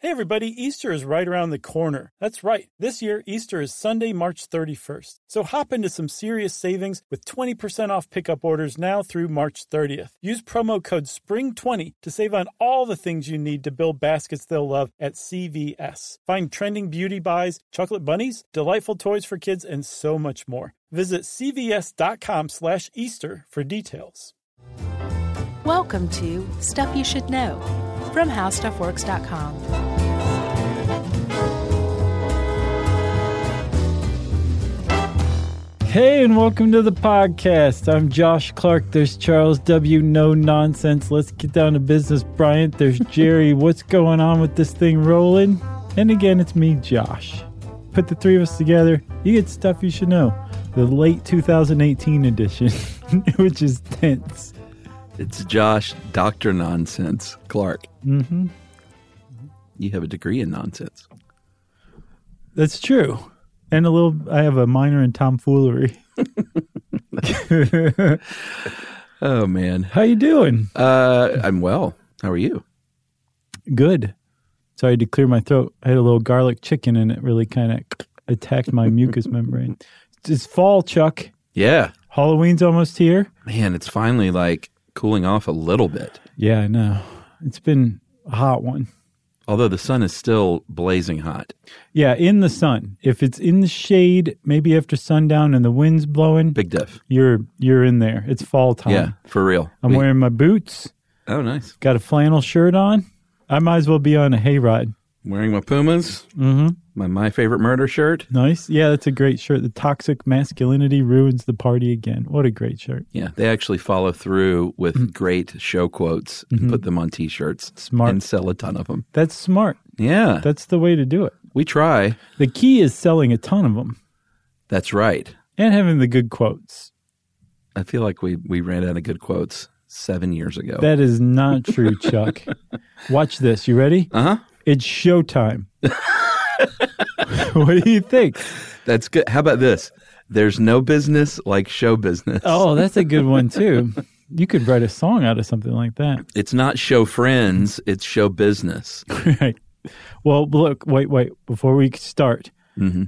Hey, everybody, Easter is right around the corner. That's right. This year, Easter is Sunday, March 31st. So hop into some serious savings with 20% off pickup orders now through March 30th. Use promo code SPRING20 to save on all the things you need to build baskets they'll love at CVS. Find trending beauty buys, chocolate bunnies, delightful toys for kids, and so much more. Visit cvs.com slash Easter for details. Welcome to Stuff You Should Know from HowStuffWorks.com. Hey, and welcome to the podcast. I'm Josh Clark. There's Charles W. No nonsense. Let's get down to business, Bryant. There's Jerry. What's going on with this thing rolling? And again, it's me, Josh. Put the three of us together. You get stuff you should know. The late 2018 edition, which is tense. It's Josh, Dr. Nonsense Clark. Mm-hmm. You have a degree in nonsense. That's true. And a little, I have a minor in tomfoolery. Oh, man. How you doing? Uh, I'm well. How are you? Good. So I had to clear my throat. I had a little garlic chicken and it really kind of attacked my mucous membrane. It's fall, Chuck. Yeah. Halloween's almost here. Man, it's finally like cooling off a little bit. Yeah, I know. It's been a hot one. Although the sun is still blazing hot. Yeah, in the sun. If it's in the shade, maybe after sundown and the wind's blowing, Big diff. you're you're in there. It's fall time. Yeah, for real. I'm We- wearing my boots. Oh, nice. Got a flannel shirt on. I might as well be on a hayride. Wearing my Pumas. Mm-hmm. My My Favorite Murder shirt. Nice. Yeah, that's a great shirt. The toxic masculinity ruins the party again. What a great shirt. Yeah, they actually follow through with great show quotes and put them on t shirts. Mm. Mm-hmm. Smart. And sell a ton of them. That's smart. Yeah. That's the way to do it. we try. The key is selling a ton of them That's right. and having the good quotes. I feel like we, we ran out of good quotes seven years ago. That is not true, Chuck. Watch this. You ready? uh huh. It's showtime. what do you think? That's good. How about this? There's no business like show business. Oh, that's a good one, too. You could write a song out of something like that. It's not show friends, it's show business. right. Well, look, wait, wait. Before we start,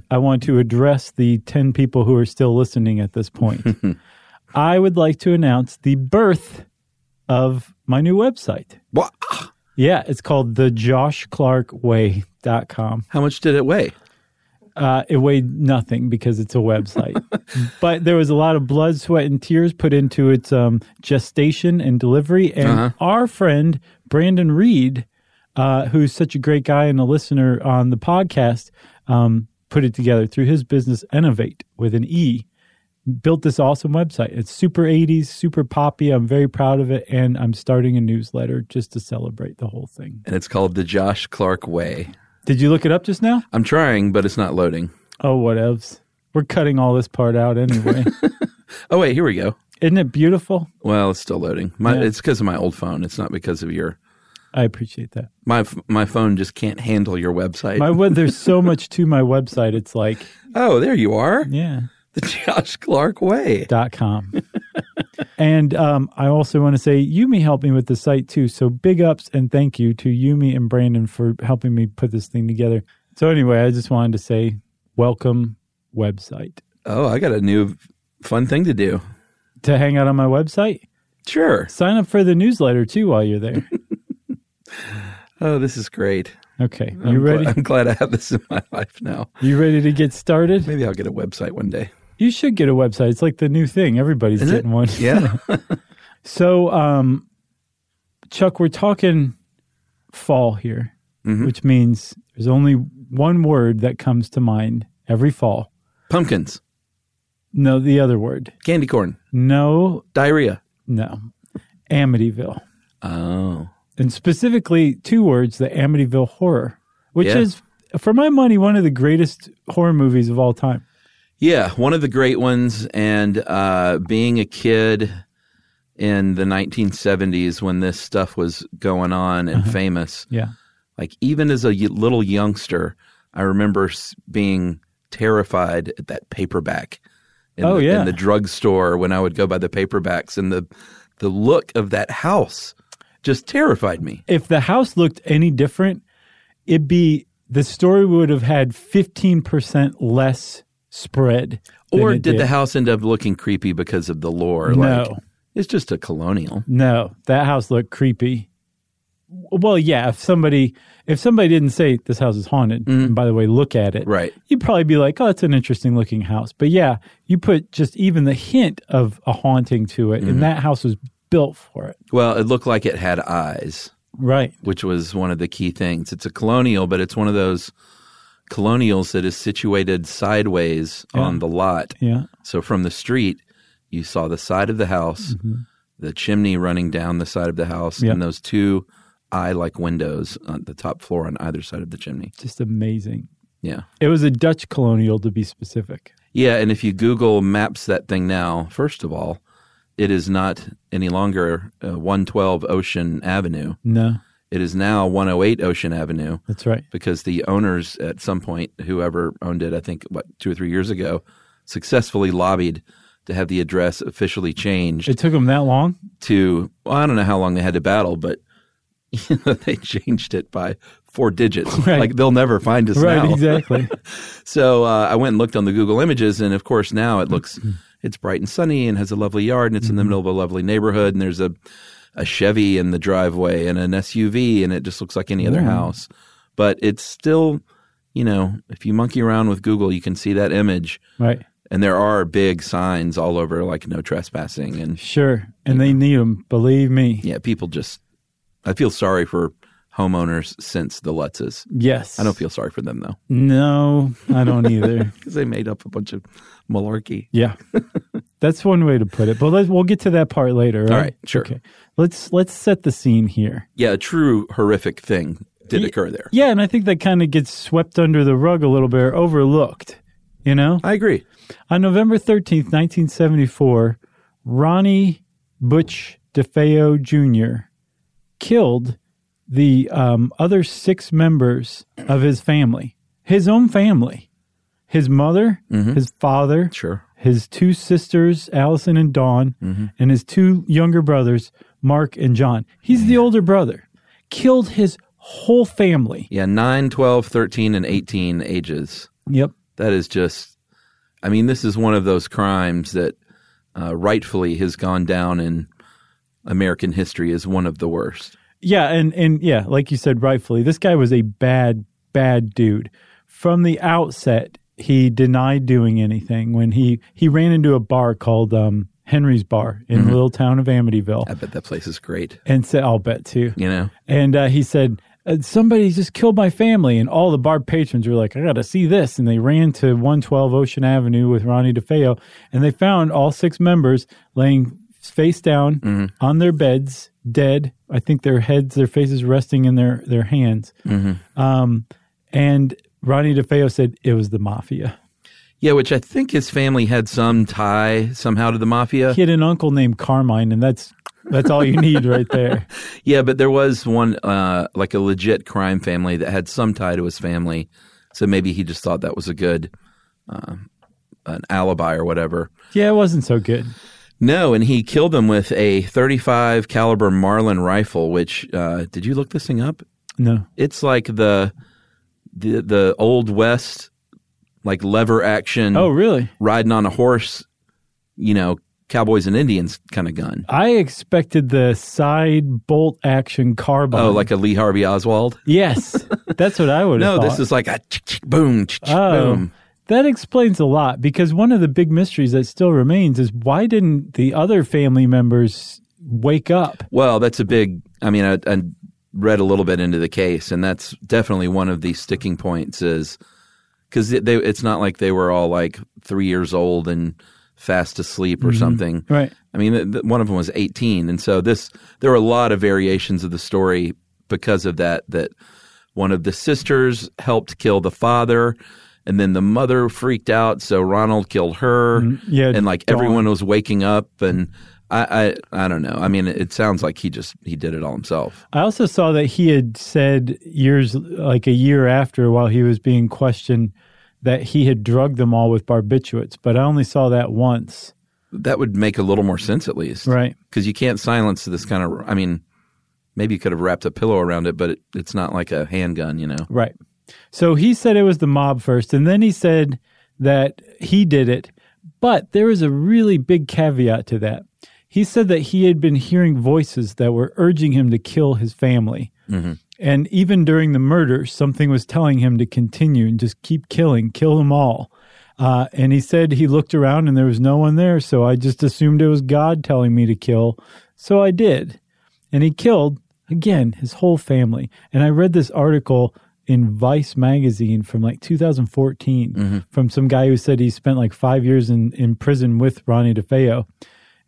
I want to address the 10 people who are still listening at this point. I would like to announce the birth of my new website. What? Yeah, it's called thejoshclarkway.com. How much did it weigh? Uh, it weighed nothing because it's a website, but there was a lot of blood, sweat, and tears put into its um, gestation and delivery. And Uh-huh. our friend Brandon Reed, uh, who's such a great guy and a listener on the podcast, um, put it together through his business Innovate with an E. Built this awesome website. It's super 80s, super poppy. I'm very proud of it. And I'm starting a newsletter just to celebrate the whole thing. And it's called The Josh Clark Way. Did you look it up just now? I'm trying, but it's not loading. Oh, whatevs. We're cutting all this part out anyway. Oh, wait, here we go. Isn't it beautiful? Well, it's still loading. My, Yeah. It's because of my old phone. It's not because of your. I appreciate that. My, f- my phone just can't handle your website. My web, there's so much to my website. It's like oh, there you are. yeah The Josh Clark Way. dot com. and um, I also want to say Yumi helped me with the site too. So big ups and thank you to Yumi and Brandon for helping me put this thing together. So anyway, I just wanted to say welcome website Oh, I got a new fun thing to do. to hang out on my website. Sure. Sign up for the newsletter too while you're there. Oh, this is great. Okay, I'm you gla- ready? I'm glad I have this in my life now. You ready to get started? Maybe I'll get a website one day. You should get a website. It's like the new thing. Everybody's Is it? getting one. Yeah. So, um, Chuck, we're talking fall here, Mm-hmm. which means there's only one word that comes to mind every fall. Pumpkins, No, the other word. candy corn, No, diarrhea. no. Amityville. Oh. And specifically, two words the Amityville horror. which Yeah. is, for my money, one of the greatest horror movies of all time. Yeah, one of the great ones. And uh, being a kid in the 1970s when this stuff was going on and famous, Yeah. like even as a y- little youngster, I remember s- being terrified at that paperback. In Oh, the, yeah. in the drugstore when I would go by the paperbacks, and the the look of that house just terrified me. If the house looked any different, it'd be the story would have had 15% less spread. than Or it did, the house end up looking creepy because of the lore? Like, No. it's just a colonial. No, that house looked creepy. Well, yeah, if somebody if somebody didn't say this house is haunted, and by the way, look at it. Mm-hmm. Right. You'd probably be like, "Oh, that's an interesting looking house." But yeah, you put just even the hint of a haunting to it, Mm-hmm. and that house was built for it. Well, it looked like it had eyes, Right. which was one of the key things. It's a colonial, but it's one of those colonials that is situated sideways on the lot. Yeah. So from the street, you saw the side of the house, the chimney running down the side of the house, Yeah. and those two eye like windows on the top floor on either side of the chimney. Just amazing. Yeah. It was a Dutch colonial to be specific. Yeah, and if you Google Maps that thing now, first of all, it is not any longer uh, 112 Ocean Avenue. No, It is now 108 Ocean Avenue that's right. because the owners at some point, whoever owned it, I think what two or three years ago, successfully lobbied to have the address officially changed It took them that long. to. Well, I don't know how long they had to battle, but they changed it by four digits. Right. Like they'll never find us Right. now. Exactly. So uh, I went and looked on the Google Images, and of course now it looks it's bright and sunny and has a lovely yard, and it's in Mm-hmm. the middle of a lovely neighborhood, and there's a a Chevy in the driveway and an SUV, and it just looks like any other house. But it's still, you know, if you monkey around with Google, you can see that image, right. and there are big signs all over, like no trespassing, and Sure. And they need them. Believe me. yeah, people just. I feel sorry for homeowners since the Lutzes. Yes. I don't feel sorry for them though, No, I don't either. because they made up a bunch of malarkey. Yeah. That's one way to put it. But let's, we'll get to that part later. Right? All right, sure. Okay. Let's let's set the scene here. yeah, a true horrific thing did occur there. Yeah, and I think that kind of gets swept under the rug a little bit or overlooked, you know? I agree. On November 13th, 1974, Ronnie Butch DeFeo Jr. killed the um, other six members of his family, his own family, his mother, his father, Sure. his two sisters, Allison and Dawn, and his two younger brothers, Mark and John. He's the older brother. Killed his whole family. Yeah, 9, 12, 13, and 18 ages. Yep. That is just, I mean, this is one of those crimes that uh, rightfully has gone down in American history as one of the worst. Yeah, and and yeah, like you said rightfully, this guy was a bad bad dude. From the outset, he denied doing anything when he he ran into a bar called um Henry's Bar in the little town of Amityville I bet that place is great, and said, "I'll bet too." you know? And uh, he said, uh, "Somebody just killed my family," and all the bar patrons were like, "I got to see this!" And they ran to 112 Ocean Avenue with Ronnie DeFeo, and they found all six members laying face down on their beds, dead. I think their heads, their faces resting in their their hands. Um, and Ronnie DeFeo said it was the mafia. Yeah, which I think his family had some tie somehow to the mafia. He had an uncle named Carmine, and that's that's all you need right there. Yeah, but there was one, uh, like a legit crime family that had some tie to his family. So maybe he just thought that was a good, uh, an alibi or whatever. Yeah, it wasn't so good. No, and he killed them with a 35 caliber Marlin rifle. Which uh, did you look this thing up? No, It's like the the the old west, like lever action. oh really? riding on a horse, you know, cowboys and Indians kind of gun. I expected the side bolt action carbine. Oh, like a Lee Harvey Oswald. yes, that's what I would. No, have this thought. is like a chick, chick, boom, chick, chick, Oh, boom. that explains a lot because one of the big mysteries that still remains is why didn't the other family members wake up? Well, that's a big. I mean, I, I read a little bit into the case, and that's definitely one of the sticking points is because they, it's not like they were all like three years old and fast asleep or something. Right. I mean, th- th- one of them was 18, and so this there were a lot of variations of the story because of that. That One of the sisters helped kill the father, and then the mother freaked out, so Ronald killed her. Mm-hmm. yeah, and like Dawn. everyone was waking up, and I, I I don't know. I mean, it sounds like he just he did it all himself. I also saw that he had said years, like a year after, while he was being questioned, that he had drugged them all with barbiturates. But I only saw that once. That would make a little more sense, at least, Right. Because you can't silence this kind of. I mean, maybe you could have wrapped a pillow around it, but it, it's not like a handgun, you know. Right. So he said it was the mob first, and then he said that he did it. But there is a really big caveat to that. He said that he had been hearing voices that were urging him to kill his family. And even during the murder, something was telling him to continue and just keep killing, kill them all. Uh, and he said he looked around and there was no one there. So I just assumed it was God telling me to kill. So I did and he killed again his whole family. And I read this article in Vice magazine from like 2014 from some guy who said he spent like five years in, in prison with Ronnie DeFeo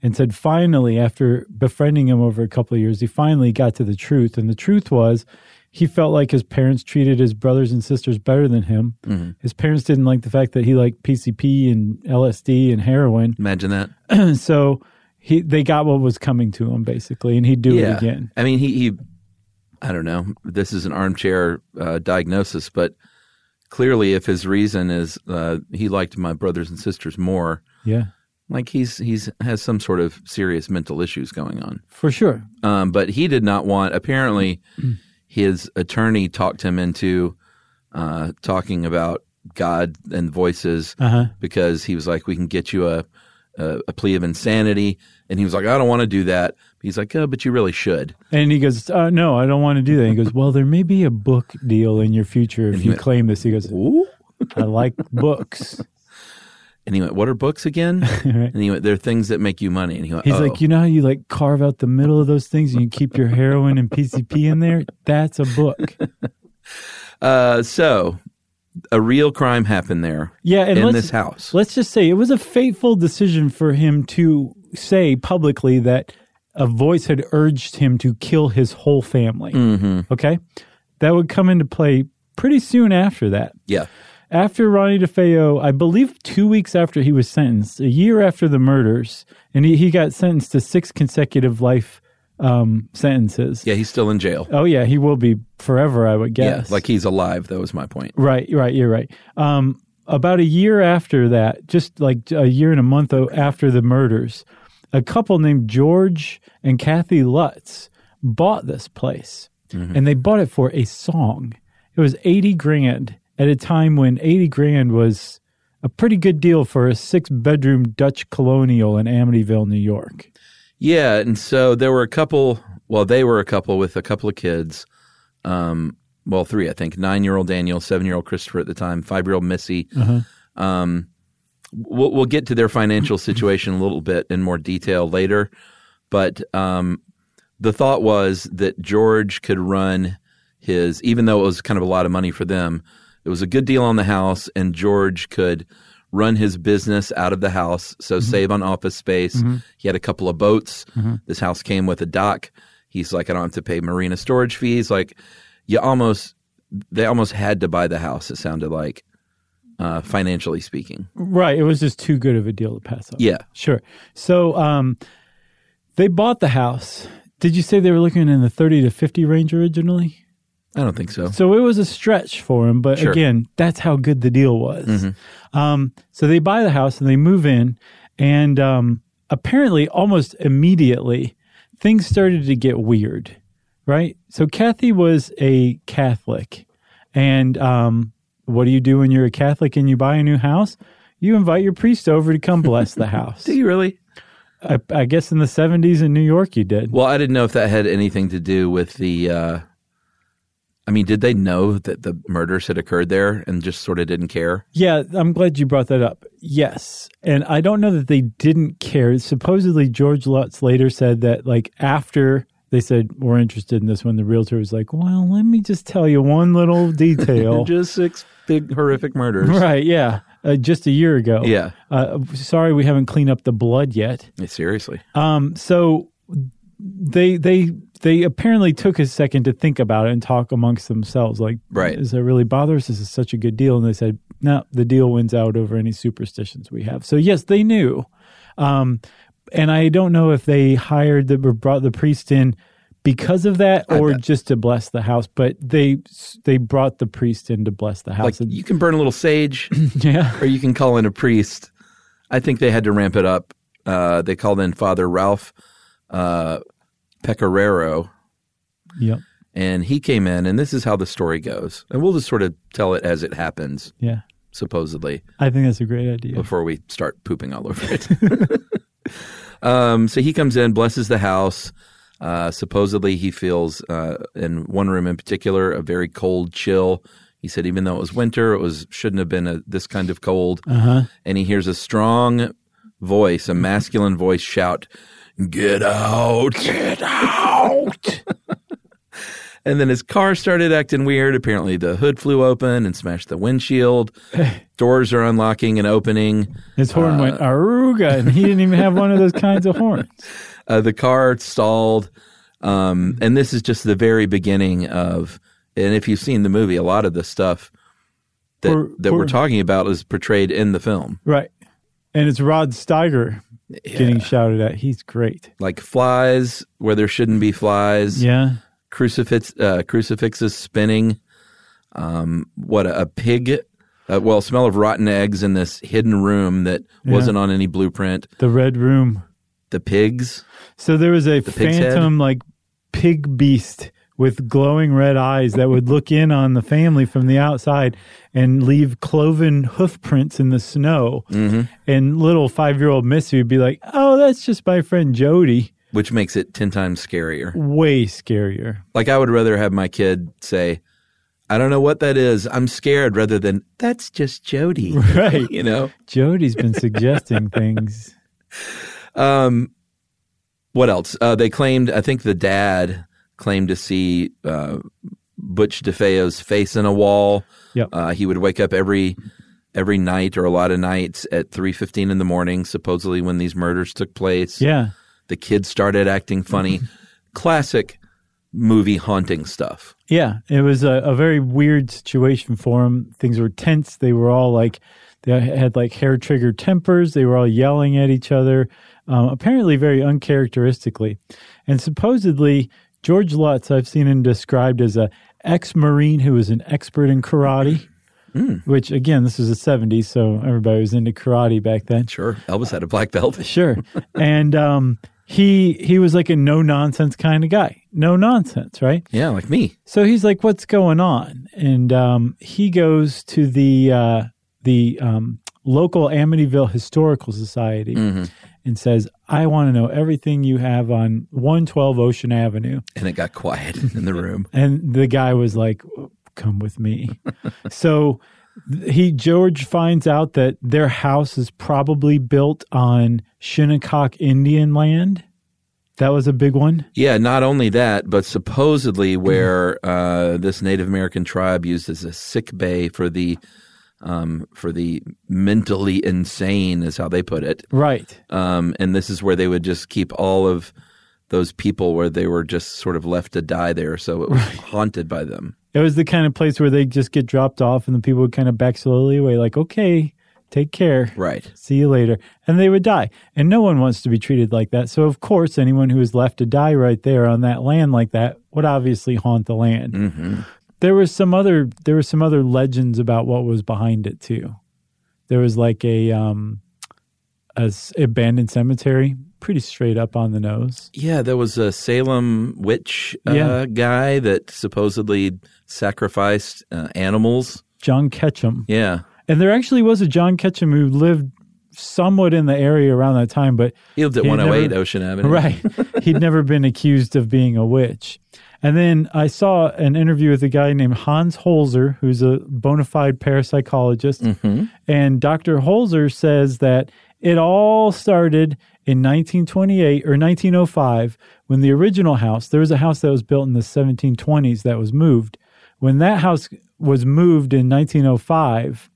and said finally, after befriending him over a couple of years, he finally got to the truth. And the truth was he felt like his parents treated his brothers and sisters better than him. His parents didn't like the fact that he liked PCP and LSD and heroin. Imagine that. And so he they got what was coming to him basically and he'd do it again. I mean, he, he, I don't know. This is an armchair uh, diagnosis, but clearly, if his reason is uh, he liked my brothers and sisters more, Yeah, like he's he's has some sort of serious mental issues going on. for sure. Um, but he did not want. Apparently, his attorney talked him into uh, talking about God and voices Uh-huh. because he was like, "We can get you a, a a plea of insanity," and he was like, "I don't want to do that." He's like, "Oh, but you really should." And he goes, uh, "No, I don't want to do that." He goes, "Well, there may be a book deal in your future if you claim this." He goes, "I like books." And he went, "What are books again?" And he went, "They're things that make you money." And he went, He's oh. like, "You know how you like carve out the middle of those things and you keep your heroin and PCP in there? That's a book." uh, so a real crime happened there. Yeah, and in let's- this house, Let's just say it was a fateful decision for him to say publicly that a voice had urged him to kill his whole family. Mm-hmm. Okay, that would come into play pretty soon after that. yeah, After Ronnie DeFeo, I believe two weeks after he was sentenced, a year after the murders, and he, he got sentenced to six consecutive life um, sentences. yeah, he's still in jail. Oh, yeah, he will be forever, I would guess. Yeah, like he's alive. That was my point. Right, right, you're right. Um, about a year after that, just like a year and a month o- after the murders, a couple named George and Kathy Lutz bought this place, and they bought it for a song. It was eighty grand at a time when eighty grand was a pretty good deal for a six-bedroom Dutch colonial in Amityville, New York. Yeah, and so there were a couple. Well, they were a couple with a couple of kids. Um, well, three, I think. Nine-year-old Daniel, seven-year-old Christopher at the time, five-year-old Missy. Uh-huh. Um, we'll, we'll get to their financial situation a little bit in more detail later, but um, the thought was that George could run his, even though it was kind of a lot of money for them, it was a good deal on the house, and George could run his business out of the house, so save on office space. He had a couple of boats. This house came with a dock. He's like, I don't have to pay marina storage fees. Like, you almost, they almost had to buy the house, it sounded like, uh, financially speaking. Right, it was just too good of a deal to pass up. Yeah. Sure. So um, they bought the house. Did you say they were looking in the 30 to 50 range originally? I don't think so. So it was a stretch for him, but Sure. again, that's how good the deal was. Um, so they buy the house and they move in, and um, apparently, almost immediately, things started to get weird, right? So Kathy was a Catholic, and um, what do you do when you're a Catholic and you buy a new house? You invite your priest over to come bless the house. Do you really? I, I guess in the 70s in New York, you did. Well, I didn't know if that had anything to do with the. Uh, I mean, did they know that the murders had occurred there and just sort of didn't care? Yeah, I'm glad you brought that up. Yes. And I don't know that they didn't care. Supposedly, George Lutz later said that, like, after they said, we're interested in this one, the realtor was like, well, let me just tell you one little detail. Just six big horrific murders. right. Yeah. Uh, just a year ago. Yeah. Uh, sorry, we haven't cleaned up the blood yet. Yeah, Seriously. Um, so Um, they they they apparently took a second to think about it and talk amongst themselves. Like, Right. is that really bothers? This is such a good deal. And they said, no, the deal wins out over any superstitions we have. So, yes, they knew. Um, and I don't know if they hired the or brought the priest in because of that or just to bless the house, but they they brought the priest in to bless the Like house. and, you can burn a little sage, yeah. or you can call in a priest. I think they had to ramp it up. Uh, they called in Father Ralph uh, Pecoraro, Yep. and he came in, and this is how the story goes. And we'll just sort of tell it as it happens, Yeah. supposedly. I think that's a great idea. before we start pooping all over it. um, so he comes in, blesses the house. Uh, supposedly, he feels uh, in one room in particular a very cold chill. He said, even though it was winter, it was shouldn't have been a, this kind of cold. Uh-huh. And he hears a strong voice, a masculine voice, shout, "Get out! Get out!" and then his car started acting weird. Apparently, the hood flew open and smashed the windshield. Doors are unlocking and opening. His horn went aruga, and he didn't even have one of those kinds of horns. Uh, the car stalled. Um, Mm-hmm. and this is just the very beginning of. And if you've seen the movie, a lot of the stuff that Poor- that poor- we're talking about is portrayed in the film. Right. And it's Rod Steiger getting shouted at. He's great. Like flies where there shouldn't be flies. Yeah. crucifix uh, crucifixes spinning. Um, what a, a pig! Uh, well, smell of rotten eggs in this hidden room that Yeah. wasn't on any blueprint. The Red Room. The pigs. So there was a pig's head? phantom, like, pig beast with glowing red eyes that would look in on the family from the outside and leave cloven hoof prints in the snow. Mm-hmm. And little five year old Missy would be like, oh, that's just my friend Jody. Which makes it 10 times scarier. Way scarier. Like, I would rather have my kid say, I don't know what that is. I'm scared rather than, that's just Jody. Right. You know? Jody's been suggesting things. What else? Uh, they claimed, I think the dad claimed to see uh, Butch DeFeo's face in a wall. Yep. Uh, he would wake up every every night or a lot of nights at 3.15 in the morning supposedly when these murders took place Yeah. the kids started acting funny classic movie haunting stuff Yeah, it was a, a very weird situation for them. Things were tense. They were all like, they had like hair trigger tempers. They were all yelling at each other, um, apparently very uncharacteristically. And supposedly, George Lutz, I've seen him described as a ex-marine who was an expert in karate. Which again, this was the '70s, so everybody was into karate back then. sure elvis had a black belt Sure. and um, he he was like a no nonsense kind of guy. No nonsense, right? yeah like me So he's like, "What's going on?" And um, he goes to the uh, the um, local Amityville Historical Society and says, "I want to know everything you have on 112 Ocean Avenue." and it got quiet in the room And the guy was like, "Come with me." so he George finds out that their house is probably built on Shinnecock Indian land. That was a big one. Yeah, not only that, but supposedly where uh, this Native American tribe used as a sick bay for the um, for the mentally insane is how they put it. Right. Um, and this is where they would just keep all of those people where they were just sort of left to die there, so it was haunted by them. It was the kind of place where they just get dropped off and the people would kind of back slowly away, like, okay, take care. Right. See you later. And they would die. And no one wants to be treated like that. So, of course, anyone who is left to die right there on that land like that would obviously haunt the land. There was some other there were some other legends about what was behind it too. There was like a um a s- abandoned cemetery, pretty straight up on the nose. Yeah, there was a Salem witch uh, Yeah. guy that supposedly sacrificed uh, animals. John Ketchum. Yeah. And there actually was a John Ketchum who lived somewhat in the area around that time, but He lived at He 108 never- Ocean Avenue. right, he'd never been accused of being a witch. And then I saw an interview with a guy named Hans Holzer, who's a bona fide parapsychologist. And Dr. Holzer says that it all started in 1928 or 1905 when the original house, there was a house that was built in the 1720s that was moved. When that house was moved in 1905,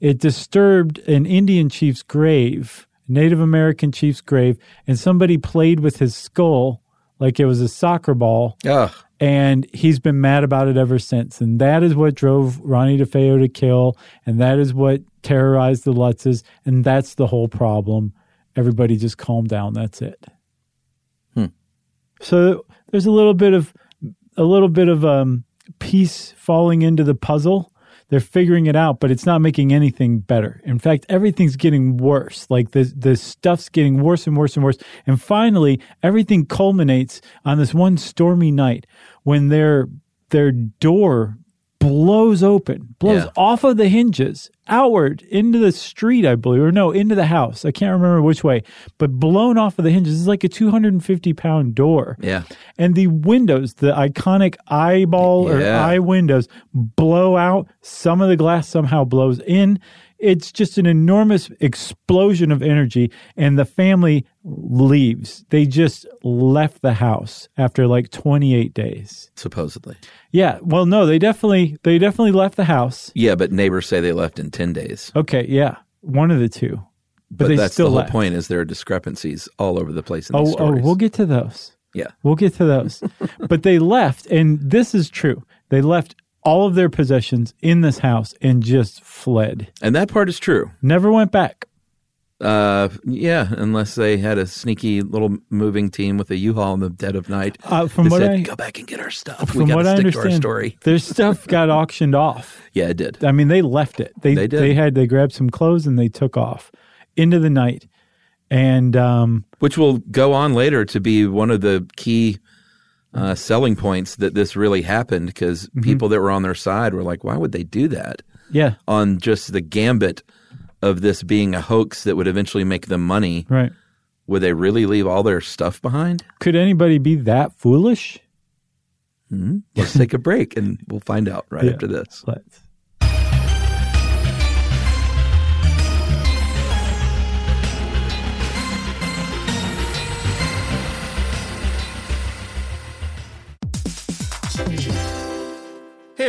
it disturbed an Indian chief's grave, Native American chief's grave, and somebody played with his skull like it was a soccer ball. Ugh. And he's been mad about it ever since. And that is what drove Ronnie DeFeo to kill. And that is what terrorized the Lutzes. And that's the whole problem. Everybody just calm down. That's it. Hmm. So there's a little bit of a little bit of um, piece falling into the puzzle. They're figuring it out, but it's not making anything better. In fact, everything's getting worse. Like the the stuff's getting worse and worse and worse. And finally, everything culminates on this one stormy night when their their door blows open, blows Yeah. off of the hinges, outward into the street, I believe, or no, into the house. I can't remember which way, but blown off of the hinges. It's like a 250 pound door Yeah. and the windows, the iconic eyeball or Yeah. eye windows, blow out. Some of the glass somehow blows in. It's just an enormous explosion of energy, and the family leaves. They just left the house after like 28 days. Supposedly. Yeah, well, no, they definitely they definitely left the house. Yeah, but neighbors say they left in 10 days. Okay, yeah, one of the two, but, But, they that's still the whole left. point is there are discrepancies all over the place in these Oh, oh, stories. we'll get to those. yeah. We'll get to those. but they left, and this is true. They left all of their possessions in this house and just fled. And that part is true. Never went back. Uh, yeah, unless they had a sneaky little moving team with a U-Haul in the dead of night. Uh, from that what said, I- go back and get our stuff. From we got what to I stick understand, to our story. their stuff got auctioned off. Yeah, it did. I mean, they left it. They They did. had they grabbed some clothes and they took off into the night. And um, Which will go on later to be one of the key uh, selling points that this really happened because Mm-hmm. people that were on their side were like, why would they do that? yeah, On just the gambit of this being a hoax that would eventually make them money. right. Would they really leave all their stuff behind? Could anybody be that foolish? Let's take a break and we'll find out right Yeah. after this. Let's. Hey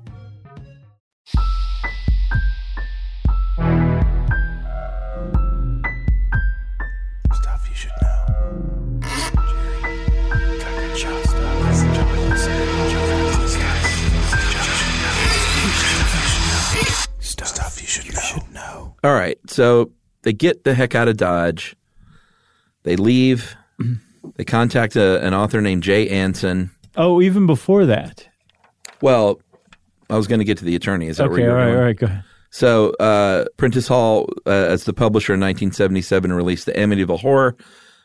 Stuff you should know. Stuff you should know. All right. So they get the heck out of Dodge. They leave. Mm-hmm. They contact a, an author named Jay Anson. Oh, even before that. Well, I was going to get to the attorney. Is that where Okay, you were all right, going? all right, go ahead. So, uh, Prentice Hall, uh, as the publisher in 1977, released The Amityville Horror,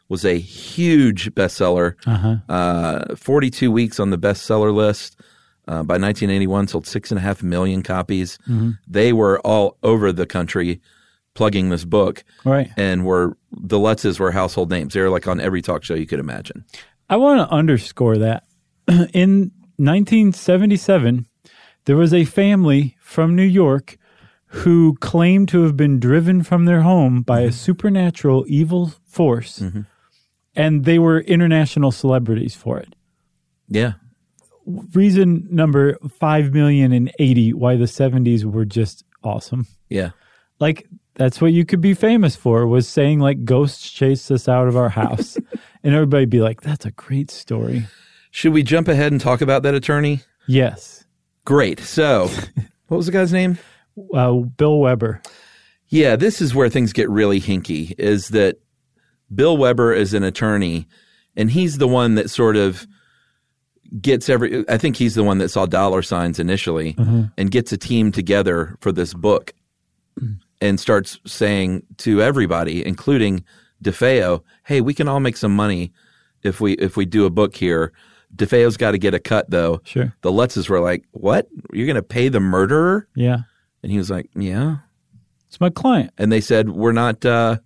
was a huge bestseller. Uh-huh. uh 42 weeks on the bestseller list. Uh, by 1981, sold six and a half million copies. Mm-hmm. They were all over the country plugging this book, All right. and were the Lutzes were household names. They were like on every talk show you could imagine. I want to underscore that. In 1977, there was a family from New York who claimed to have been driven from their home by a supernatural evil force, and they were international celebrities for it. Yeah, reason number 5 million and 80 why the 70s were just awesome. Yeah. Like that's what you could be famous for was saying like ghosts chased us out of our house. and everybody'd be like that's a great story. Should we jump ahead and talk about that attorney? Yes. Great. So, what was the guy's name? Uh, Bill Weber. Yeah, this is where things get really hinky is that Bill Weber is an attorney and he's the one that sort of gets every I think he's the one that saw dollar signs initially and gets a team together for this book and starts saying to everybody including DeFeo, "Hey, we can all make some money if we if we do a book here." DeFeo's got to get a cut though. Sure. The Lutzes were like, "What? You're going to pay the murderer?" Yeah. And he was like, "Yeah." It's my client. and they said we're not uh,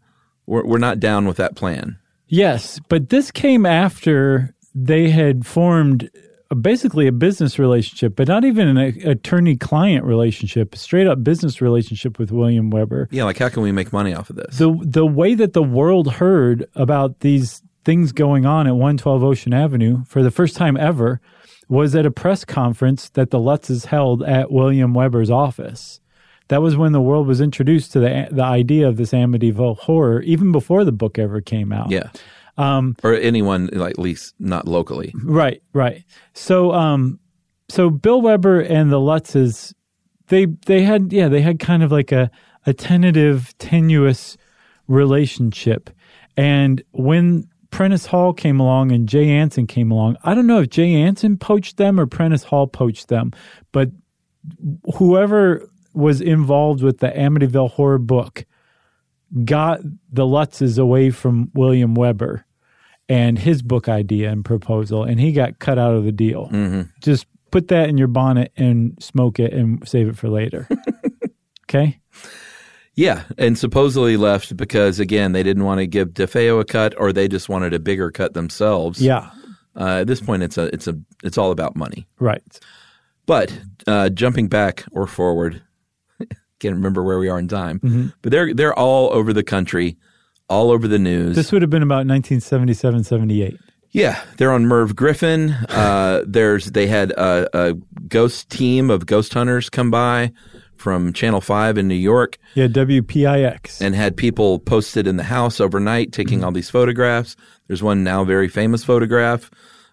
we're, we're not down with that plan. Yes, but this came after they had formed a- basically a business relationship, but not even an a- attorney-client relationship, straight up business relationship with William Weber. Yeah, like how can we make money off of this? The the way that the world heard about these things going on at 112 Ocean Avenue for the first time ever was at a press conference that the Lutzes held at William Weber's office. That was when the world was introduced to the the idea of this Amityville horror, even before the book ever came out. yeah, um, or anyone like at least not locally. Right, right. So um so Bill Weber and the Lutzes they they had yeah, they had kind of like a a tentative tenuous relationship. And when Prentice Hall came along and Jay Anson came along, I don't know if Jay Anson poached them or Prentice Hall poached them, but whoever was involved with the Amityville horror book got the Lutzes away from William Weber and his book idea and proposal, and he got cut out of the deal. Just put that in your bonnet and smoke it and save it for later. okay. Yeah, and supposedly left because again they didn't want to give DeFeo a cut, or they just wanted a bigger cut themselves. Yeah. Uh, at this point, it's a it's a it's all about money. Right. But uh, jumping back or forward, can't remember where we are in time. Mm-hmm. But they're they're all over the country, all over the news. This would have been about 1977, 78. Yeah, they're on Merv Griffin. Uh, there's they had a, a ghost team of ghost hunters come by from Channel Five in New York Yeah. WPIX. and had people posted in the house overnight taking all these photographs. There's one now very famous photograph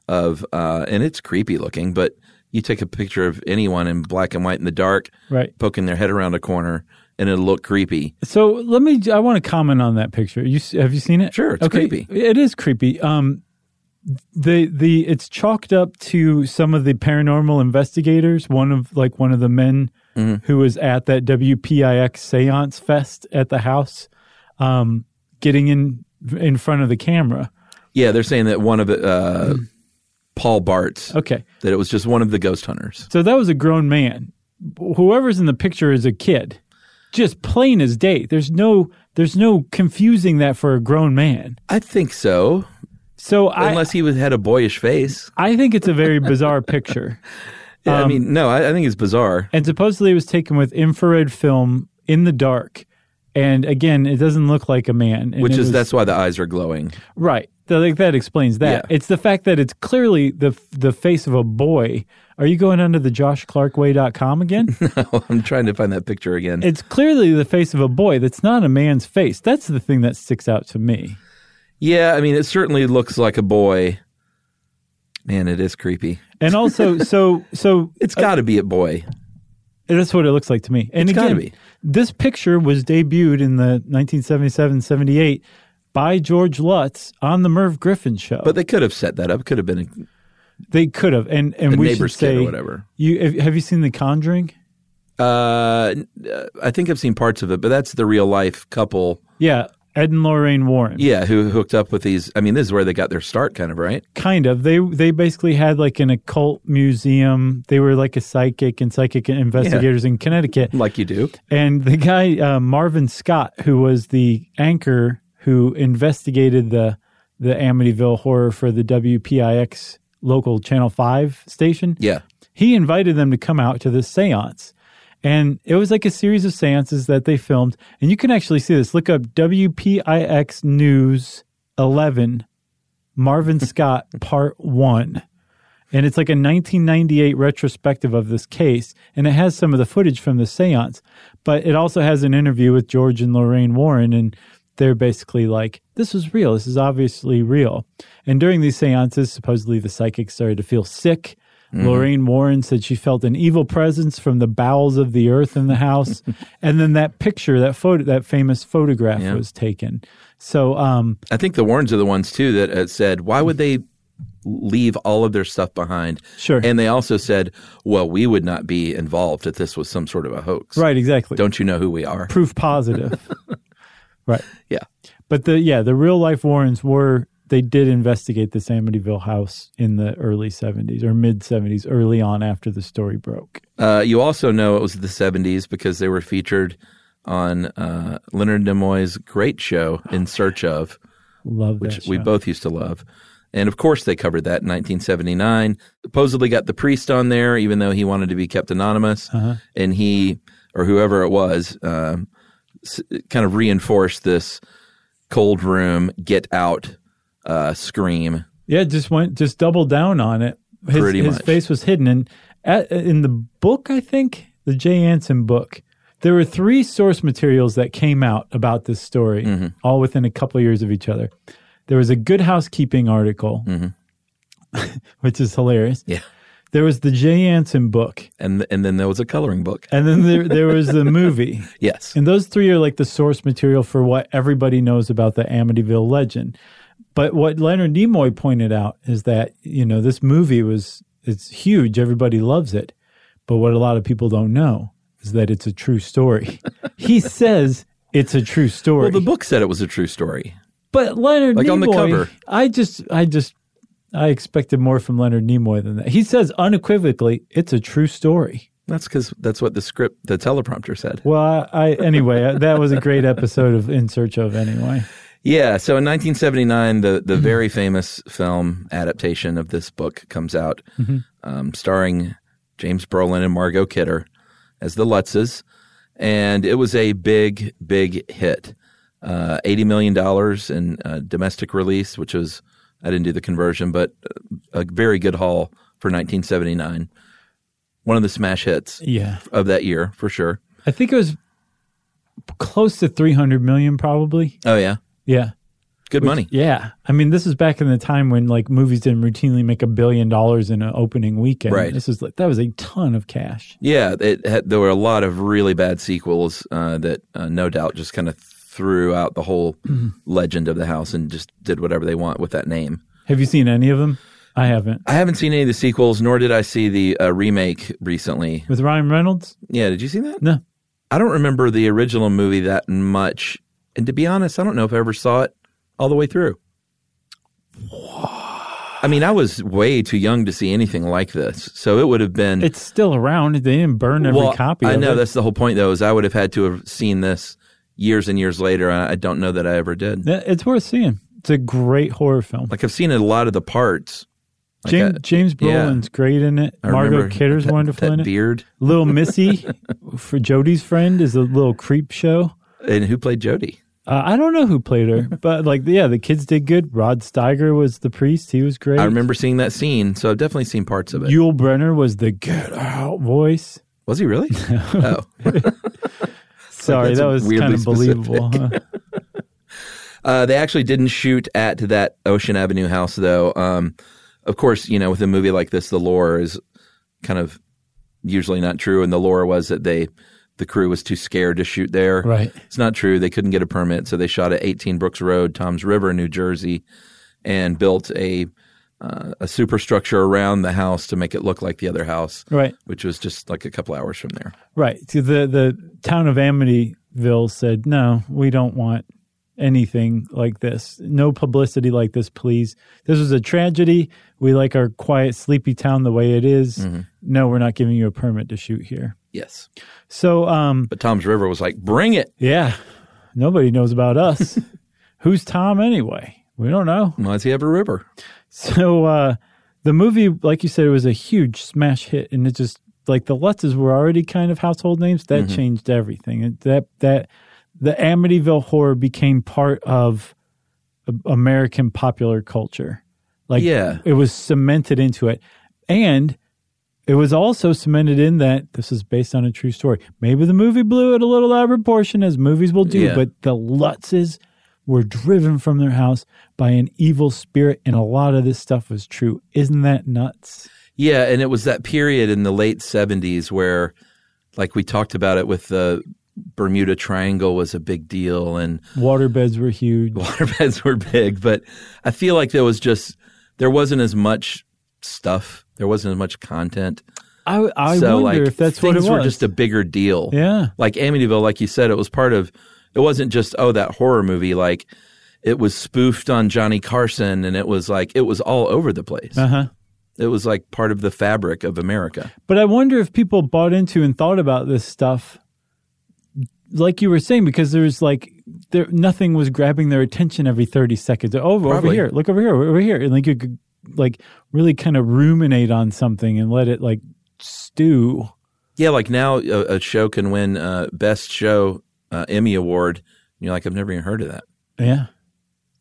of uh, and it's creepy looking, but you take a picture of anyone in black and white in the dark, right. poking their head around a corner, and it'll look creepy. So let me. I want to comment on that picture. You s- have you seen it? Sure, it's creepy. It is creepy. Um, the the it's chalked up to some of the paranormal investigators. One of like one of the men Mm-hmm. who was at that WPIX séance fest at the house, um, getting in in front of the camera. Yeah, they're saying that one of the, uh, Paul Bart's Okay, that it was just one of the ghost hunters. so that was a grown man. Whoever's in the picture is a kid, just plain as day. There's no there's no confusing that for a grown man. I think so. So I, unless he was, had a boyish face. I think it's a very bizarre picture. Yeah, I Um, mean, no, I, I think it's bizarre. And supposedly it was taken with infrared film in the dark. And again, it doesn't look like a man. and Which it is was- that's why the eyes are glowing. right. Th- like, that explains that. Yeah. It's the fact that it's clearly the the face of a boy. Are you going under the joshclarkway.com again? I'm trying to find that picture again. it's clearly the face of a boy. That's not a man's face. That's the thing that sticks out to me. yeah, I mean, it certainly looks like a boy. Man, it is creepy. And also, so so It's got to be a boy. That's what it looks like to me. And It's gotta again, be. this picture was debuted in the 1977-78 by George Lutz on the Merv Griffin show. But they could have set that up. Could have been a, they could have. And and a we should neighbor's say, kid or whatever. You have, have you seen The Conjuring? Uh, I think I've seen parts of it, but that's the real life couple. Yeah, Ed and Lorraine Warren. Yeah, who hooked up with these. I mean, this is where they got their start, kind of, right? Kind of. They they basically had like an occult museum. They were like a psychic and psychic investigators in Connecticut. Like you do. And the guy uh, Marvin Scott, who was the anchor who investigated the the Amityville horror for the WPIX local Channel Five station, Yeah. he invited them to come out to this séance, and it was like a series of séances that they filmed. And you can actually see this. Look up WPIX News Eleven, Marvin Scott Part One, And it's like a 1998 retrospective of this case. And it has some of the footage from the seance, but it also has an interview with George and Lorraine Warren. And they're basically like, this was real. This is obviously real. And during these seances, supposedly the psychic started to feel sick. Mm-hmm. Lorraine Warren said she felt an evil presence from the bowels of the earth in the house. and then that picture, that photo, that famous photograph Yeah. was taken. So, um, I think the Warrens are the ones too that uh, said, "Why would they leave all of their stuff behind?" Sure. And they also said, "Well, we would not be involved if this was some sort of a hoax." right, exactly. Don't you know who we are? Proof positive. right. Yeah. But the, yeah, the real life Warrens were, they did investigate the Amityville house in the early 70s or mid 70s, early on after the story broke. Uh, you also know it was the '70s because they were featured on uh, Leonard Nimoy's great show, In Search of. Love which that. we show. both used to love. And of course, they covered that in 1979. Supposedly got the priest on there, even though he wanted to be kept anonymous. And he, or whoever it was, um, s- kind of reinforced this cold room, get out uh, scream. Yeah, just went just doubled down on it. His, Pretty his much. face was hidden, and at, in the book, I think the Jay Anson book, there were three source materials that came out about this story, Mm-hmm. all within a couple of years of each other. There was a Good Housekeeping article, which is hilarious. Mm-hmm. Yeah. There was the Jay Anson book, And, and then there was a coloring book. and then there, there was the movie. Yes. And those three are like the source material for what everybody knows about the Amityville legend. But what Leonard Nimoy pointed out is that, you know, this movie was it's huge, everybody loves it. But what a lot of people don't know is that it's a true story. he says it's a true story. Well, the book said it was a true story. But Leonard Like Nimoy, on the cover. I just, I just, I expected more from Leonard Nimoy than that. He says unequivocally, it's a true story. That's because that's what the script, the teleprompter said. Well, I, I anyway, that was a great episode of In Search of anyway. Yeah, so in 1979, the the very famous film adaptation of this book comes out, um, starring James Brolin and Margot Kidder as the Lutzes, and it was a big, big hit. Uh, Eighty million dollars in uh, domestic release, which was I didn't do the conversion, but uh, a very good haul for 1979. One of the smash hits Yeah. of that year for sure. I think it was close to 300 million, probably. Oh yeah, Yeah. good money. Yeah. I mean, this is back in the time when like movies didn't routinely make a billion dollars in an opening weekend. Right. This is like, that was a ton of cash. Yeah, it had, there were a lot of really bad sequels uh, that uh, no doubt just kind of threw out the whole legend of the house and just did whatever they want with that name. Have you seen any of them? I haven't. I haven't seen any of the sequels, nor did I see the uh, remake recently. With Ryan Reynolds? Yeah, did you see that? No. I don't remember the original movie that much. And to be honest, I don't know if I ever saw it all the way through. I mean, I was way too young to see anything like this. So it would have been It's still around. They didn't burn every well, copy. I of know it. that's the whole point, though, is I would have had to have seen this years and years later. and I I don't know that I ever did. Yeah, It's worth seeing. It's a great horror film. Like I've seen a lot of the parts. Like James, I- James yeah. Brolin's great in it. I Margot remember Kidder's that- wonderful that in it. Beard Little Missy, for Jody's friend, is a little creep show. and who played Jody? Uh, I don't know who played her, but like, yeah, the kids did good. Rod Steiger was the priest; he was great. I remember seeing that scene, so I've definitely seen parts of it. Yul Brenner was the "Get Out" voice. was he really? oh, Sorry, that's that was weirdly kind of believable. huh? Uh, they actually didn't shoot at that Ocean Avenue house, though. Um, of course, you know, with a movie like this, the lore is kind of usually not true, and the lore was that they the crew was too scared to shoot there. Right. It's not true. They couldn't get a permit, so they shot at 18 Brooks Road, Tom's River, New Jersey, and built a uh, a superstructure around the house to make it look like the other house, Right, which was just like a couple hours from there. right. So the the town of Amityville said, "No, we don't want anything like this. No publicity like this, please. This was a tragedy. We like our quiet, sleepy town the way it is. Mm-hmm. No, we're not giving you a permit to shoot here." Yes, So, um, but Tom's River was like, "Bring it." Yeah. Nobody knows about us. Who's Tom anyway? We don't know. Why does he have a river? So uh the movie, like you said, it was a huge smash hit and it just like the Lutzes were already kind of household names. That changed everything. And that that the Amityville horror became part of A- American popular culture. Like Yeah. it was cemented into it. And it was also cemented in that this is based on a true story. Maybe the movie blew it a little out of proportion, as movies will do, Yeah. but the Lutzes were driven from their house by an evil spirit, and a lot of this stuff was true. Isn't that nuts? Yeah, and it was that period in the late seventies where, like we talked about it with the Bermuda Triangle was a big deal, and Waterbeds were huge. waterbeds were big. But I feel like there was just there wasn't as much stuff, there wasn't as much content. I, I so wonder like if that's things what it was. were just a bigger deal. yeah. Like Amityville, like you said, it was part of. It wasn't just oh that horror movie. Like it was spoofed on Johnny Carson, and it was like it was all over the place. Uh huh. It was like part of the fabric of America. But I wonder if people bought into and thought about this stuff, like you were saying, because there's like there nothing was grabbing their attention every thirty seconds. Oh, over Probably. here, look over here, over here, and like you could like really kind of ruminate on something and let it like stew. Yeah, like now a, a show can win uh, best show uh, Emmy award. And you're like, I've never even heard of that. Yeah,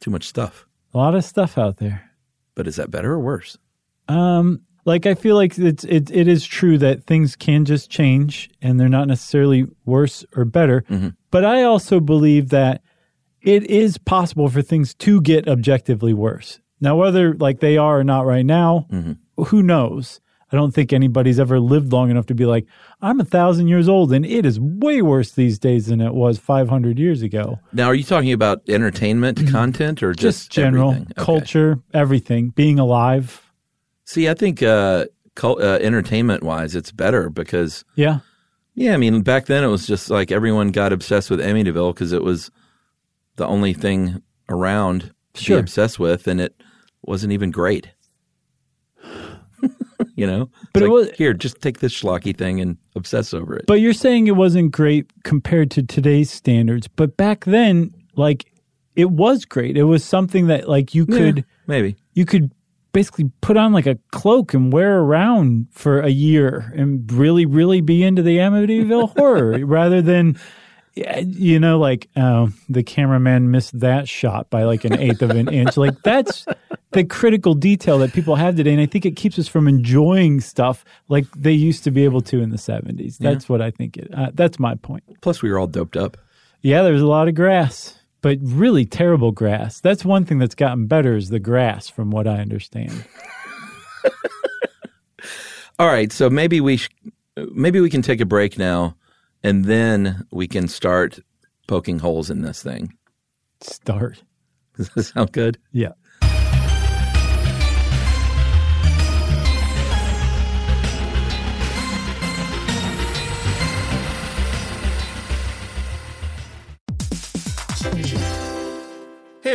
Too much stuff. a lot of stuff out there. But is that better or worse? Um, like I feel like it's it it is true that things can just change and they're not necessarily worse or better. Mm-hmm. But I also believe that it is possible for things to get objectively worse. Now, whether like they are or not right now, Mm-hmm. who knows? I don't think anybody's ever lived long enough to be like, I'm a thousand years old and it is way worse these days than it was 500 years ago. Now, are you talking about entertainment content or just, Just, general everything? Okay. culture, everything, being alive. See, I think uh, cul- uh, entertainment wise, it's better because, Yeah. yeah, I mean, back then it was just like everyone got obsessed with Amityville because it was the only thing around to Sure. be obsessed with, and it wasn't even great. you know, It's But it like, was- here, just take this schlocky thing and obsess over it. But you're saying it wasn't great compared to today's standards, but back then, like it was great. It was something that like you Yeah, could maybe you could basically put on like a cloak and wear around for a year and really really be into the Amityville horror rather than yeah, you know like oh, the cameraman missed that shot by like an eighth of an inch like that's the critical detail that people have today and i think it keeps us from enjoying stuff like they used to be able to in the 70s that's what i think it uh, that's my point plus we were all doped up yeah, there's a lot of grass, but really terrible grass. That's one thing that's gotten better is the grass, from what I understand. all right so maybe we sh- maybe we can take a break now and then we can start poking holes in this thing Start. does that sound good Yeah. Hey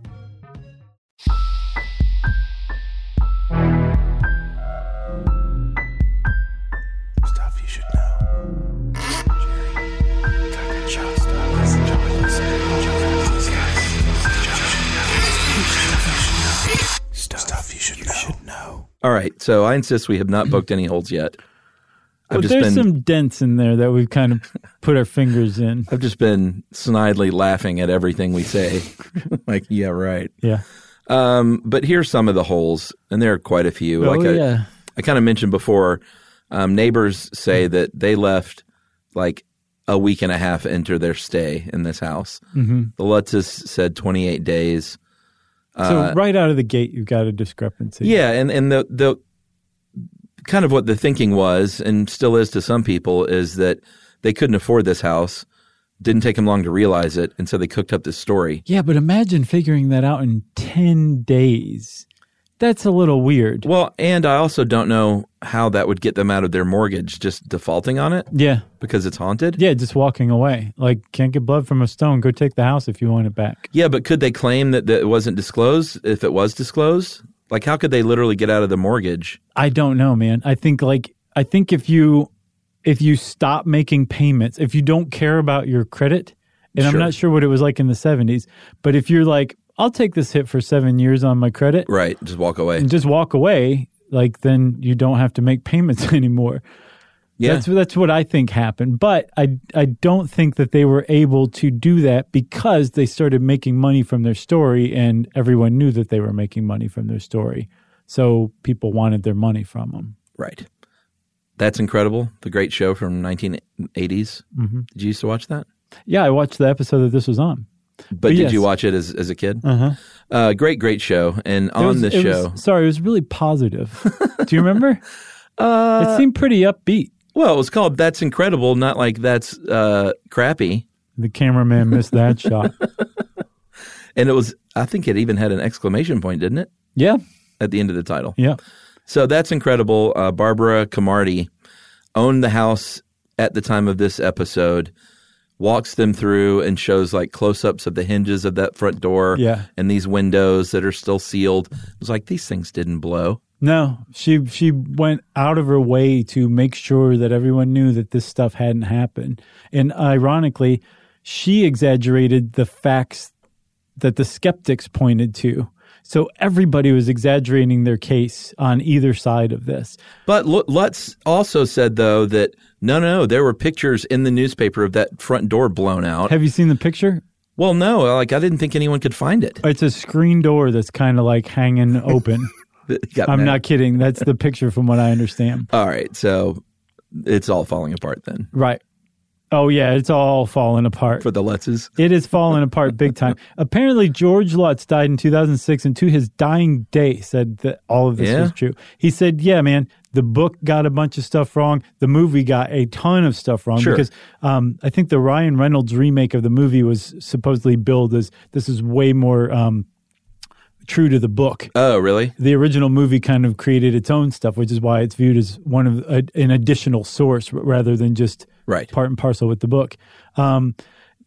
Stuff you should know. Stuff you should know. All right, so I insist we have not booked any holes yet. I've But just there's been some dents in there that we've kind of put our fingers in. I've just been snidely laughing at everything we say. like, yeah, right. Yeah. Um, but here's some of the holes, and there are quite a few. Oh, like I, yeah. I kind of mentioned before, um, neighbors say that they left like a week and a half into their stay in this house. Mm-hmm. The Lutzes said 28 days. So right out of the gate, you've got a discrepancy. uh, Yeah, and and the the kind of what the thinking was and still is to some people is that they couldn't afford this house. Didn't take them long to realize it, and so they cooked up this story. Yeah, but imagine figuring that out in 10 days. That's a little weird. Well, and I also don't know how that would get them out of their mortgage just defaulting on it Yeah. because it's haunted. Yeah, just walking away. Like, can't get blood from a stone. Go take the house if you want it back. Yeah, but could they claim that, that it wasn't disclosed if it was disclosed? Like, how could they literally get out of the mortgage? I don't know, man. I think like I think if you if you stop making payments, if you don't care about your credit, and I'm Sure. not sure what it was like in the 70s, but if you're like, I'll take this hit for 7 years on my credit Right, just walk away. and just walk away, like then you don't have to make payments anymore. Yeah, That's that's what I think happened. But I I don't think that they were able to do that because they started making money from their story and everyone knew that they were making money from their story. So people wanted their money from them. right. That's incredible. The great show from 1980s. Mm-hmm. Did you used to watch that? Yeah, I watched the episode that this was on. But did yes. you watch it as, as a kid? Uh-huh. Uh, great, great show. And It on was- the it show, was- sorry, it was really positive. Do you remember? Uh, it seemed pretty upbeat. well, it was called That's Incredible, not like That's uh, Crappy. The cameraman missed that shot. And it was, I think it even had an exclamation point, didn't it? Yeah, At the end of the title. yeah. So that's incredible. Uh, Barbara Camardi owned the house at the time of this episode, walks them through and shows like close ups of the hinges of that front door Yeah. and these windows that are still sealed. It was like, these things didn't blow. No, she she went out of her way to make sure that everyone knew that this stuff hadn't happened. And ironically, she exaggerated the facts that the skeptics pointed to. So everybody was exaggerating their case on either side of this. But L- Lutz also said, though, that no, no, there were pictures in the newspaper of that front door blown out. Have you seen the picture? Well, no, like I didn't think anyone could find it. It's a screen door that's kind of like hanging open. Got I'm mad. not kidding. That's the picture from what I understand. All right. So it's all falling apart then Right. Oh, yeah. It's all falling apart. for the Lutzes. It is falling apart big time. Apparently, George Lutz died in 2006, and to his dying day, said that all of this Yeah? was true. He said, "Yeah, man, the book got a bunch of stuff wrong. The movie got a ton of stuff wrong Sure. because um, I think the Ryan Reynolds remake of the movie was supposedly billed as this is way more um, true to the book." Oh, really? the original movie kind of created its own stuff, which is why it's viewed as one of a, an additional source r- rather than just Right. part and parcel with the book. Um,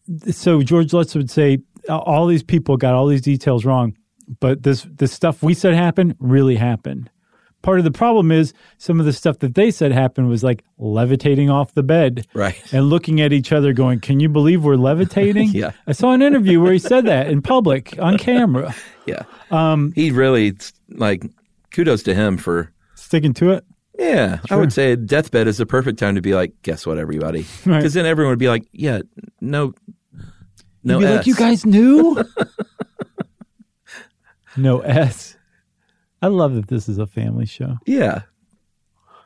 th- so George Lutz would say "Uh, all these people got all these details wrong, but this this stuff we said happened really happened. Part of the problem is some of the stuff that they said happened was like levitating off the bed, Right. And looking at each other, going, "Can you believe we're levitating?" Yeah. I saw an interview where he said that in public on camera. Yeah. Um, he really like kudos to him for Sticking to it. yeah. I would say deathbed is the perfect time to be like, guess what, everybody, because Right. then everyone would be like, yeah, no, no, You'd be S." like, you guys knew? no S. I love that this is a family show. yeah,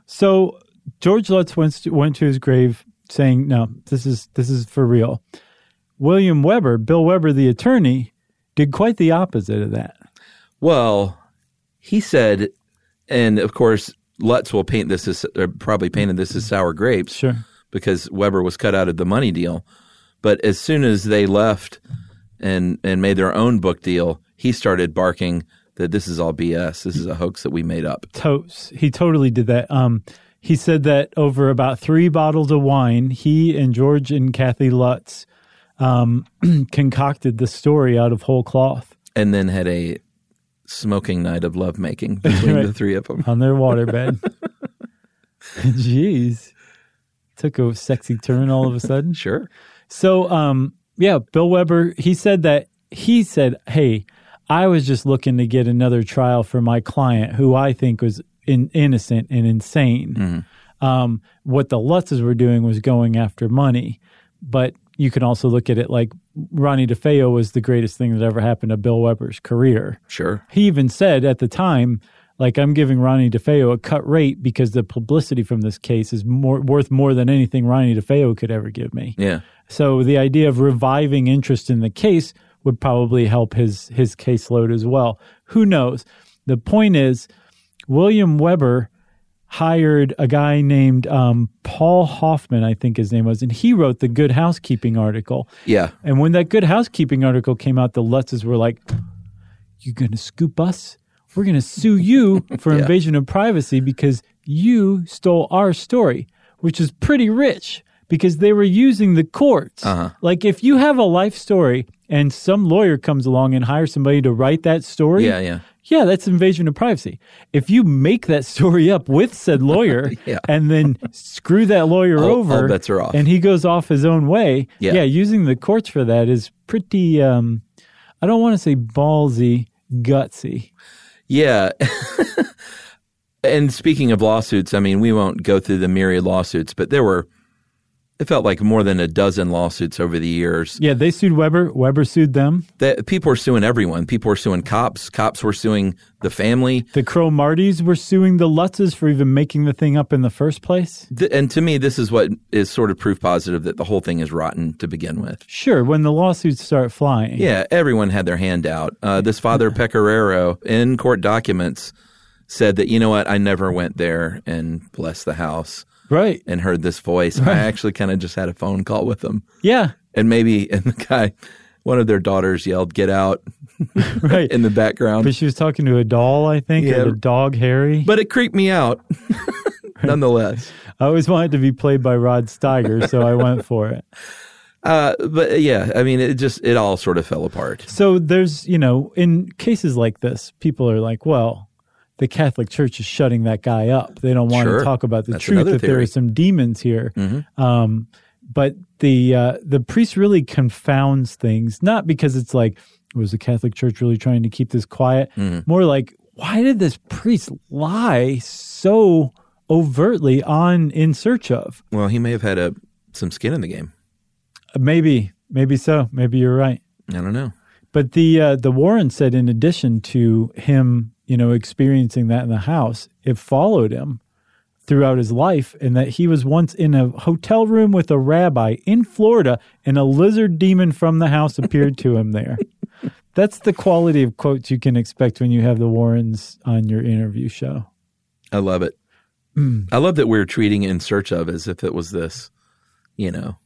So George Lutz went to, went to his grave saying, "No, this is this is for real." William Weber, Bill Weber, the attorney, did quite the opposite of that. Well, he said, and of course, Lutz will paint this as, or probably painted this as sour grapes Sure. because Weber was cut out of the money deal. But as soon as they left and, and made their own book deal, he started barking that this is all BS. This is a hoax that we made up. totes. He totally did that. Um, he said that over about three bottles of wine, he and George and Kathy Lutz um, concocted the story out of whole cloth And then had a smoking night of lovemaking between Right. the three of them. on their waterbed. Jeez. Took a sexy turn all of a sudden. Sure. So, um, yeah, Bill Weber, he said that he said, Hey, I was just looking to get another trial for my client who I think was in, innocent and insane. Um, what the Lutzes were doing was going after money, but you can also look at it like Ronnie DeFeo was the greatest thing that ever happened to Bill Weber's career. Sure. He even said at the time, like I'm giving Ronnie DeFeo a cut rate because the publicity from this case is more worth more than anything Ronnie DeFeo could ever give me. Yeah. So the idea of reviving interest in the case would probably help his his caseload as well. Who knows? The point is, William Weber hired a guy named um, Paul Hoffman, I think his name was, and he wrote the Good Housekeeping article. Yeah. And when that Good Housekeeping article came out, the Lutzes were like, "You gonna scoop us? We're gonna sue you for Yeah. invasion of privacy because you stole our story," which is pretty rich because they were using the courts. Uh-huh. Like if you have a life story and some lawyer comes along and hires somebody to write that story, Yeah, yeah. yeah, that's invasion of privacy. If you make that story up with said lawyer Yeah. and then screw that lawyer All- over, all bets are off. and he goes off his own way, Yeah. using the courts for that is pretty, um, I don't want to say ballsy, gutsy. Yeah. and speaking of lawsuits, I mean, we won't go through the myriad lawsuits, but there were, it felt like more than a dozen lawsuits over the years. Yeah, they sued Weber, Weber sued them. That people were suing everyone. People were suing cops. Cops were suing the family. The Crow Martys were suing the Lutzes for even making the thing up in the first place. Th- and to me, this is what is sort of proof positive that the whole thing is rotten to begin with. Sure, when the lawsuits start flying. Yeah, everyone had their hand out. Uh, this father Pecoraro in court documents said that you know what, I never went there and blessed the house Right. and heard this voice. I actually kind of just had a phone call with them, Yeah. and maybe and the guy, one of their daughters yelled, "Get out!" Right. in the background. but she was talking to a doll, I think, Yeah. or the dog Harry. but it creeped me out, nonetheless. I always wanted to be played by Rod Steiger, so I went for it. Uh, but yeah, I mean, it just it all sort of fell apart. So there's, you know, in cases like this, people are like, well, the Catholic Church is shutting that guy up. They don't want Sure. to talk about the That's truth another that there theory. Mm-hmm. are some demons here. Um, but the uh, the priest really confounds things, not because it's like was the Catholic Church really trying to keep this quiet? Mm-hmm. More like why did this priest lie so overtly on in search of? Well, he may have had a some skin in the game. Maybe, maybe so. Maybe you're right. I don't know. But the uh, the Warren said, in addition to him, you know, experiencing that in the house, it followed him throughout his life, and that he was once in a hotel room with a rabbi in Florida, and a lizard demon from the house appeared to him there. That's the quality of quotes you can expect when you have the Warrens on your interview show. I love it. I love that we're treating In Search of as if it was this, you know,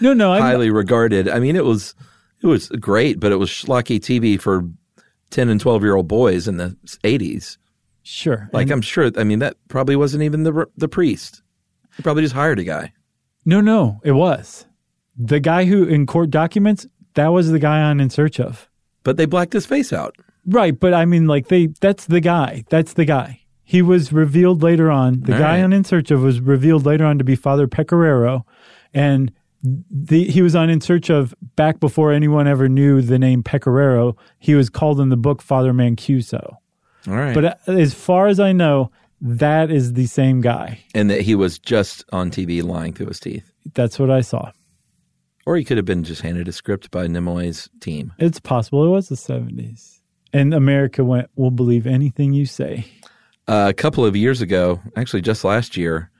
No, no, I'm, highly regarded. I mean, it was it was great, but it was schlocky TV for ten and twelve year old boys in the eighties. sure. Like, And- I'm sure. I mean, that probably wasn't even the the priest. He probably just hired a guy. no, no, it was the guy who in court documents that was the guy on in search of. But they blacked his face out. Right, but I mean, like they—that's the guy. That's the guy. He was revealed later on. The All guy right. on In Search of was revealed later on to be Father Pecoraro, and the, he was on In Search of back before anyone ever knew the name Pecoraro. He was called in the book Father Mancuso. All right, But uh, as far as I know, that is the same guy. and that he was just on TV lying through his teeth, That's what I saw. or he could have been just handed a script by Nimoy's team. It's possible it was the seventies, and America went. We'll believe anything you say. Uh, a couple of years ago, actually just last year,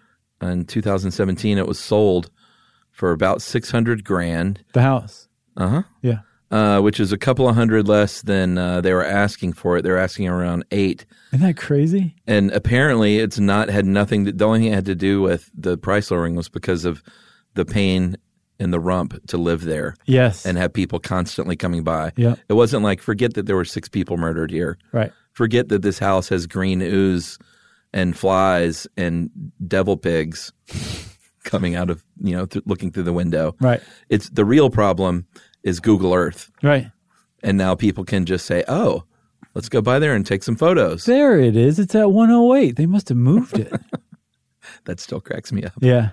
in 2017, it was sold for about 600 grand, The house. Uh-huh. Yeah. uh, which is a couple of hundred less than uh, they were asking for it. They're asking around eight, Isn't that crazy? and apparently it's not had nothing. To, the only thing it had to do with the price lowering was because of the pain in the rump to live there Yes. and have people constantly coming by. Yeah. It wasn't like forget that there were six people murdered here right. forget that this house has green ooze and flies and devil pigs coming out of you know th- looking through the window Right. it's the real problem is google earth Right. and now people can just say oh let's go by there and take some photos There it is. It's at 108. They must have moved it. that still cracks me up yeah.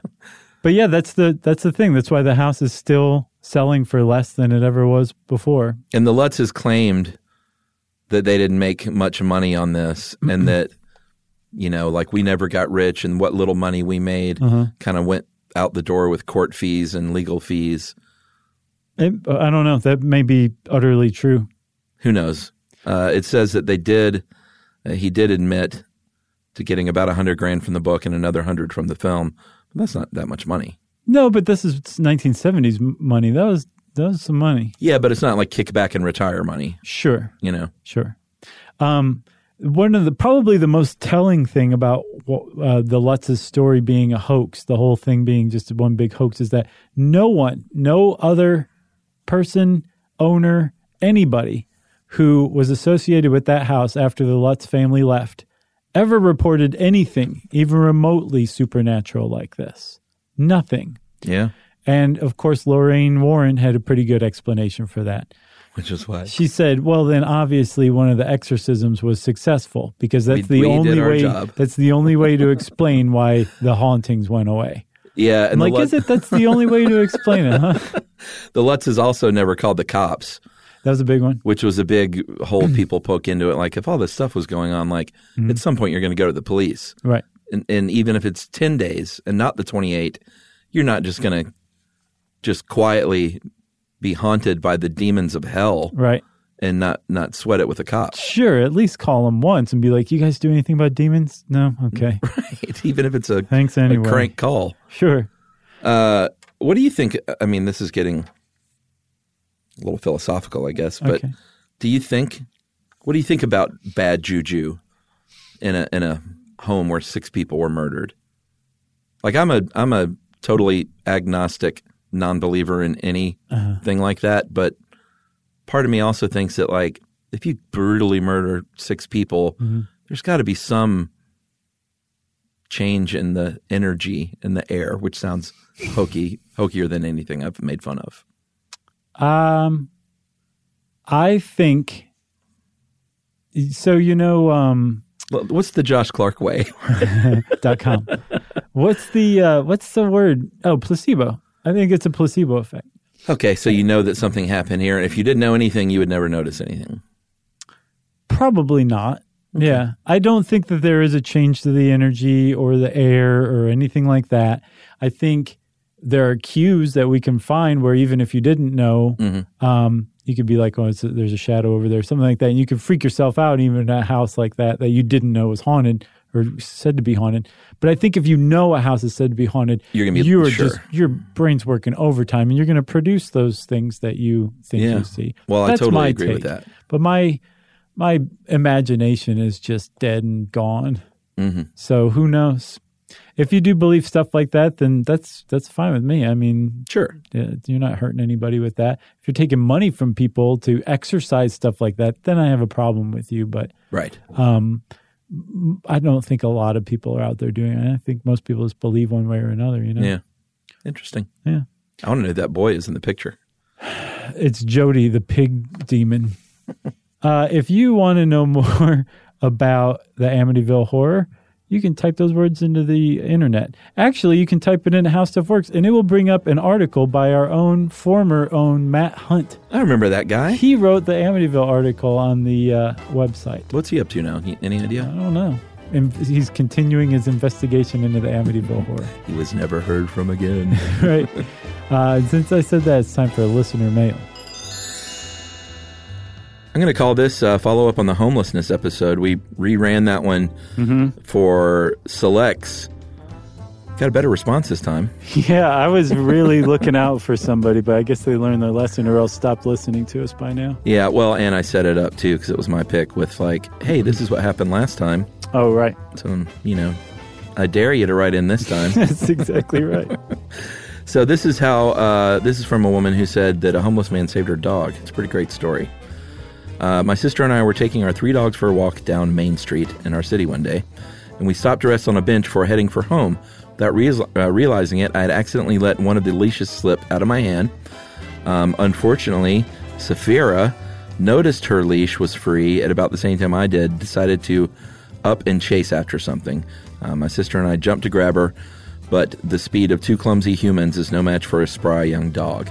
But yeah, that's the that's the thing. That's why the house is still selling for less than it ever was before. and the lutz has claimed that they didn't make much money on this and that you know, like we never got rich and what little money we made Mm-hmm. kind of went out the door with court fees and legal fees. It, I don't know. That may be utterly true. Who knows? Uh, it says that they did, uh, he did admit to getting about a hundred grand from the book and another hundred from the film. But that's not that much money. No, but this is 1970s m- money. That was that was some money. Yeah, but it's not like kick back and retire money, Sure. you know? Sure. Um, one of the probably the most telling thing about what, uh, the Lutz's story being a hoax, the whole thing being just one big hoax, is that no one, no other person, owner, anybody who was associated with that house after the Lutz family left ever reported anything, even remotely supernatural like this. Nothing. Yeah. And of course, Lorraine Warren had a pretty good explanation for that. Which is why She said, "Well, then obviously one of the exorcisms was successful because that's We- the we did only our way. job." That's the only way to explain why the hauntings went away. Yeah. And like, the, Lutz, is it? That's the only way to explain it, huh? That the Lutz is also never called the cops. was a big one. which was a big hole Mm. people poke into it. Like if all this stuff was going on, like at some point you're going to go to the police, Right. and, and even if it's ten days and not the twenty eight, you're not just going to just quietly be haunted by the demons of hell Right. and not not sweat it with the cops. Sure. At least call them once and be like, "You guys do anything about demons? No. Okay. even if it's a Thanks a anyway. crank call. Sure. Uh, what do you think? I mean, this is getting a little philosophical, I guess. But Okay. do you think? What do you think about bad juju in a in a home where six people were murdered? Like I'm a I'm a totally agnostic non-believer in anything like that, but part of me also thinks that like if you brutally murder six people, there's got to be some change in the energy in the air, which sounds hokey, hokier than anything I've made fun of. Um, I think. So you know, um, Well, What's the Josh Clark way? dot com. What's the uh, what's the word? Oh, placebo. I think it's a placebo effect. okay, so you know that something happened here, and if you didn't know anything, you would never notice anything. Probably not. Yeah, I don't think that there is a change to the energy or the air or anything like that. I think there are cues that we can find where even if you didn't know, Mm-hmm. um, you could be like, "Oh, it's there's a shadow over there," something like that, and you could freak yourself out even in a house like that that you didn't know was haunted or said to be haunted. But I think if you know a house is said to be haunted, You're gonna be- you are sure. just your brain's working overtime, and you're going to produce those things that you think Yeah. you see. Well, I That's totally my agree with take. that. But my my imagination is just dead and gone. Mm-hmm. So who knows? If you do believe stuff like that, then that's that's fine with me. I mean, Sure. yeah, you're not hurting anybody with that. If you're taking money from people to exercise stuff like that, then I have a problem with you. But Right. Um, I don't think a lot of people are out there doing it. I think most people just believe one way or another. You know, Yeah. Interesting. Yeah. I want to know who that boy is in the picture. It's Jody, the pig demon. uh, if you want to know more about the Amityville horror, you can type those words into the internet. Actually, you can type it into How Stuff Works, and it will bring up an article by our own former own Matt Hunt. I remember that guy. He wrote the Amityville article on the uh, website. What's he up to now? He- Any I idea? don't know. And he's continuing his investigation into the Amityville horror. He was never heard from again. right. Uh, and since I said that, it's time for listener mail. I'm going to call this uh, follow up on the homelessness episode. We reran that one Mm-hmm. for selects. Got a better response this time. Yeah, I was really looking out for somebody, but I guess they learned their lesson or else stopped listening to us by now. Yeah, well, and I set it up too because it was my pick with like, hey, this is what happened last time. Oh, right. So, um, you know, I dare you to write in this time. That's exactly right. so this is how uh, this is from a woman who said that a homeless man saved her dog. It's a pretty great story. Uh, my sister and I were taking our three dogs for a walk down Main Street in our city one day, and we stopped to rest on a bench before heading for home. Without reas- uh, realizing it, I had accidentally let one of the leashes slip out of my hand. Um, unfortunately, Safira noticed her leash was free at about the same time I did, decided to up and chase after something. Uh, my sister and I jumped to grab her, but the speed of two clumsy humans is no match for a spry young dog.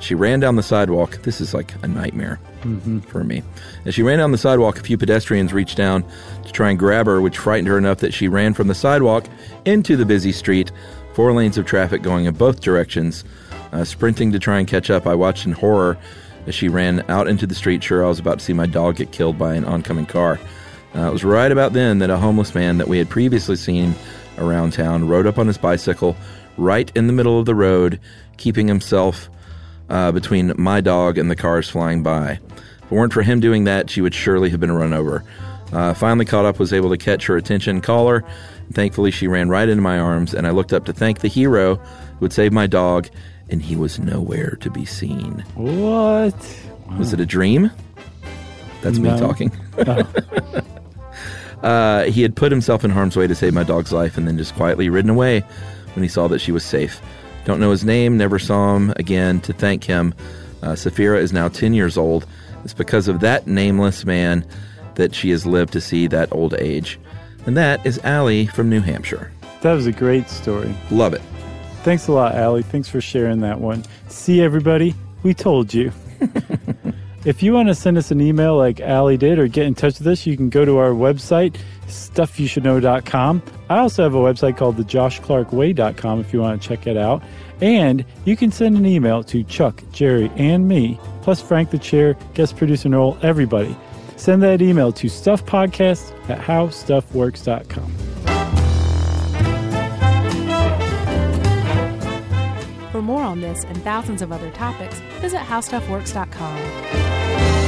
She ran down the sidewalk. This is like a nightmare for me. As she ran down the sidewalk, a few pedestrians reached down to try and grab her, which frightened her enough that she ran from the sidewalk into the busy street, four lanes of traffic going in both directions. Uh, sprinting to try and catch up, I watched in horror as she ran out into the street, sure I was about to see my dog get killed by an oncoming car. Uh, it was right about then that a homeless man that we had previously seen around town rode up on his bicycle right in the middle of the road, keeping himself uh, between my dog and the cars flying by. If it weren't for him doing that, she would surely have been run over. Uh, finally caught up, was able to catch her attention, call her. And thankfully, she ran right into my arms, and I looked up to thank the hero who had saved my dog, and he was nowhere to be seen. What? Was it a dream? That's No. me talking. uh, he had put himself in harm's way to save my dog's life and then just quietly ridden away when he saw that she was safe. Don't know his name, never saw him again to thank him. Uh, Safira is now 10 years old. It's because of that nameless man that she has lived to see that old age. And that is Allie from New Hampshire. That was a great story. Love it. Thanks a lot, Allie. Thanks for sharing that one. See, everybody, we told you. if you want to send us an email like Allie did or get in touch with us, you can go to our website, stuffyoushouldknow.com. I also have a website called thejoshclarkway.com if you want to check it out. And you can send an email to Chuck, Jerry, and me, plus Frank the chair, guest producer Noel, everybody. Send that email to stuffpodcast at howstuffworks.com. For more on this and thousands of other topics, visit howstuffworks.com.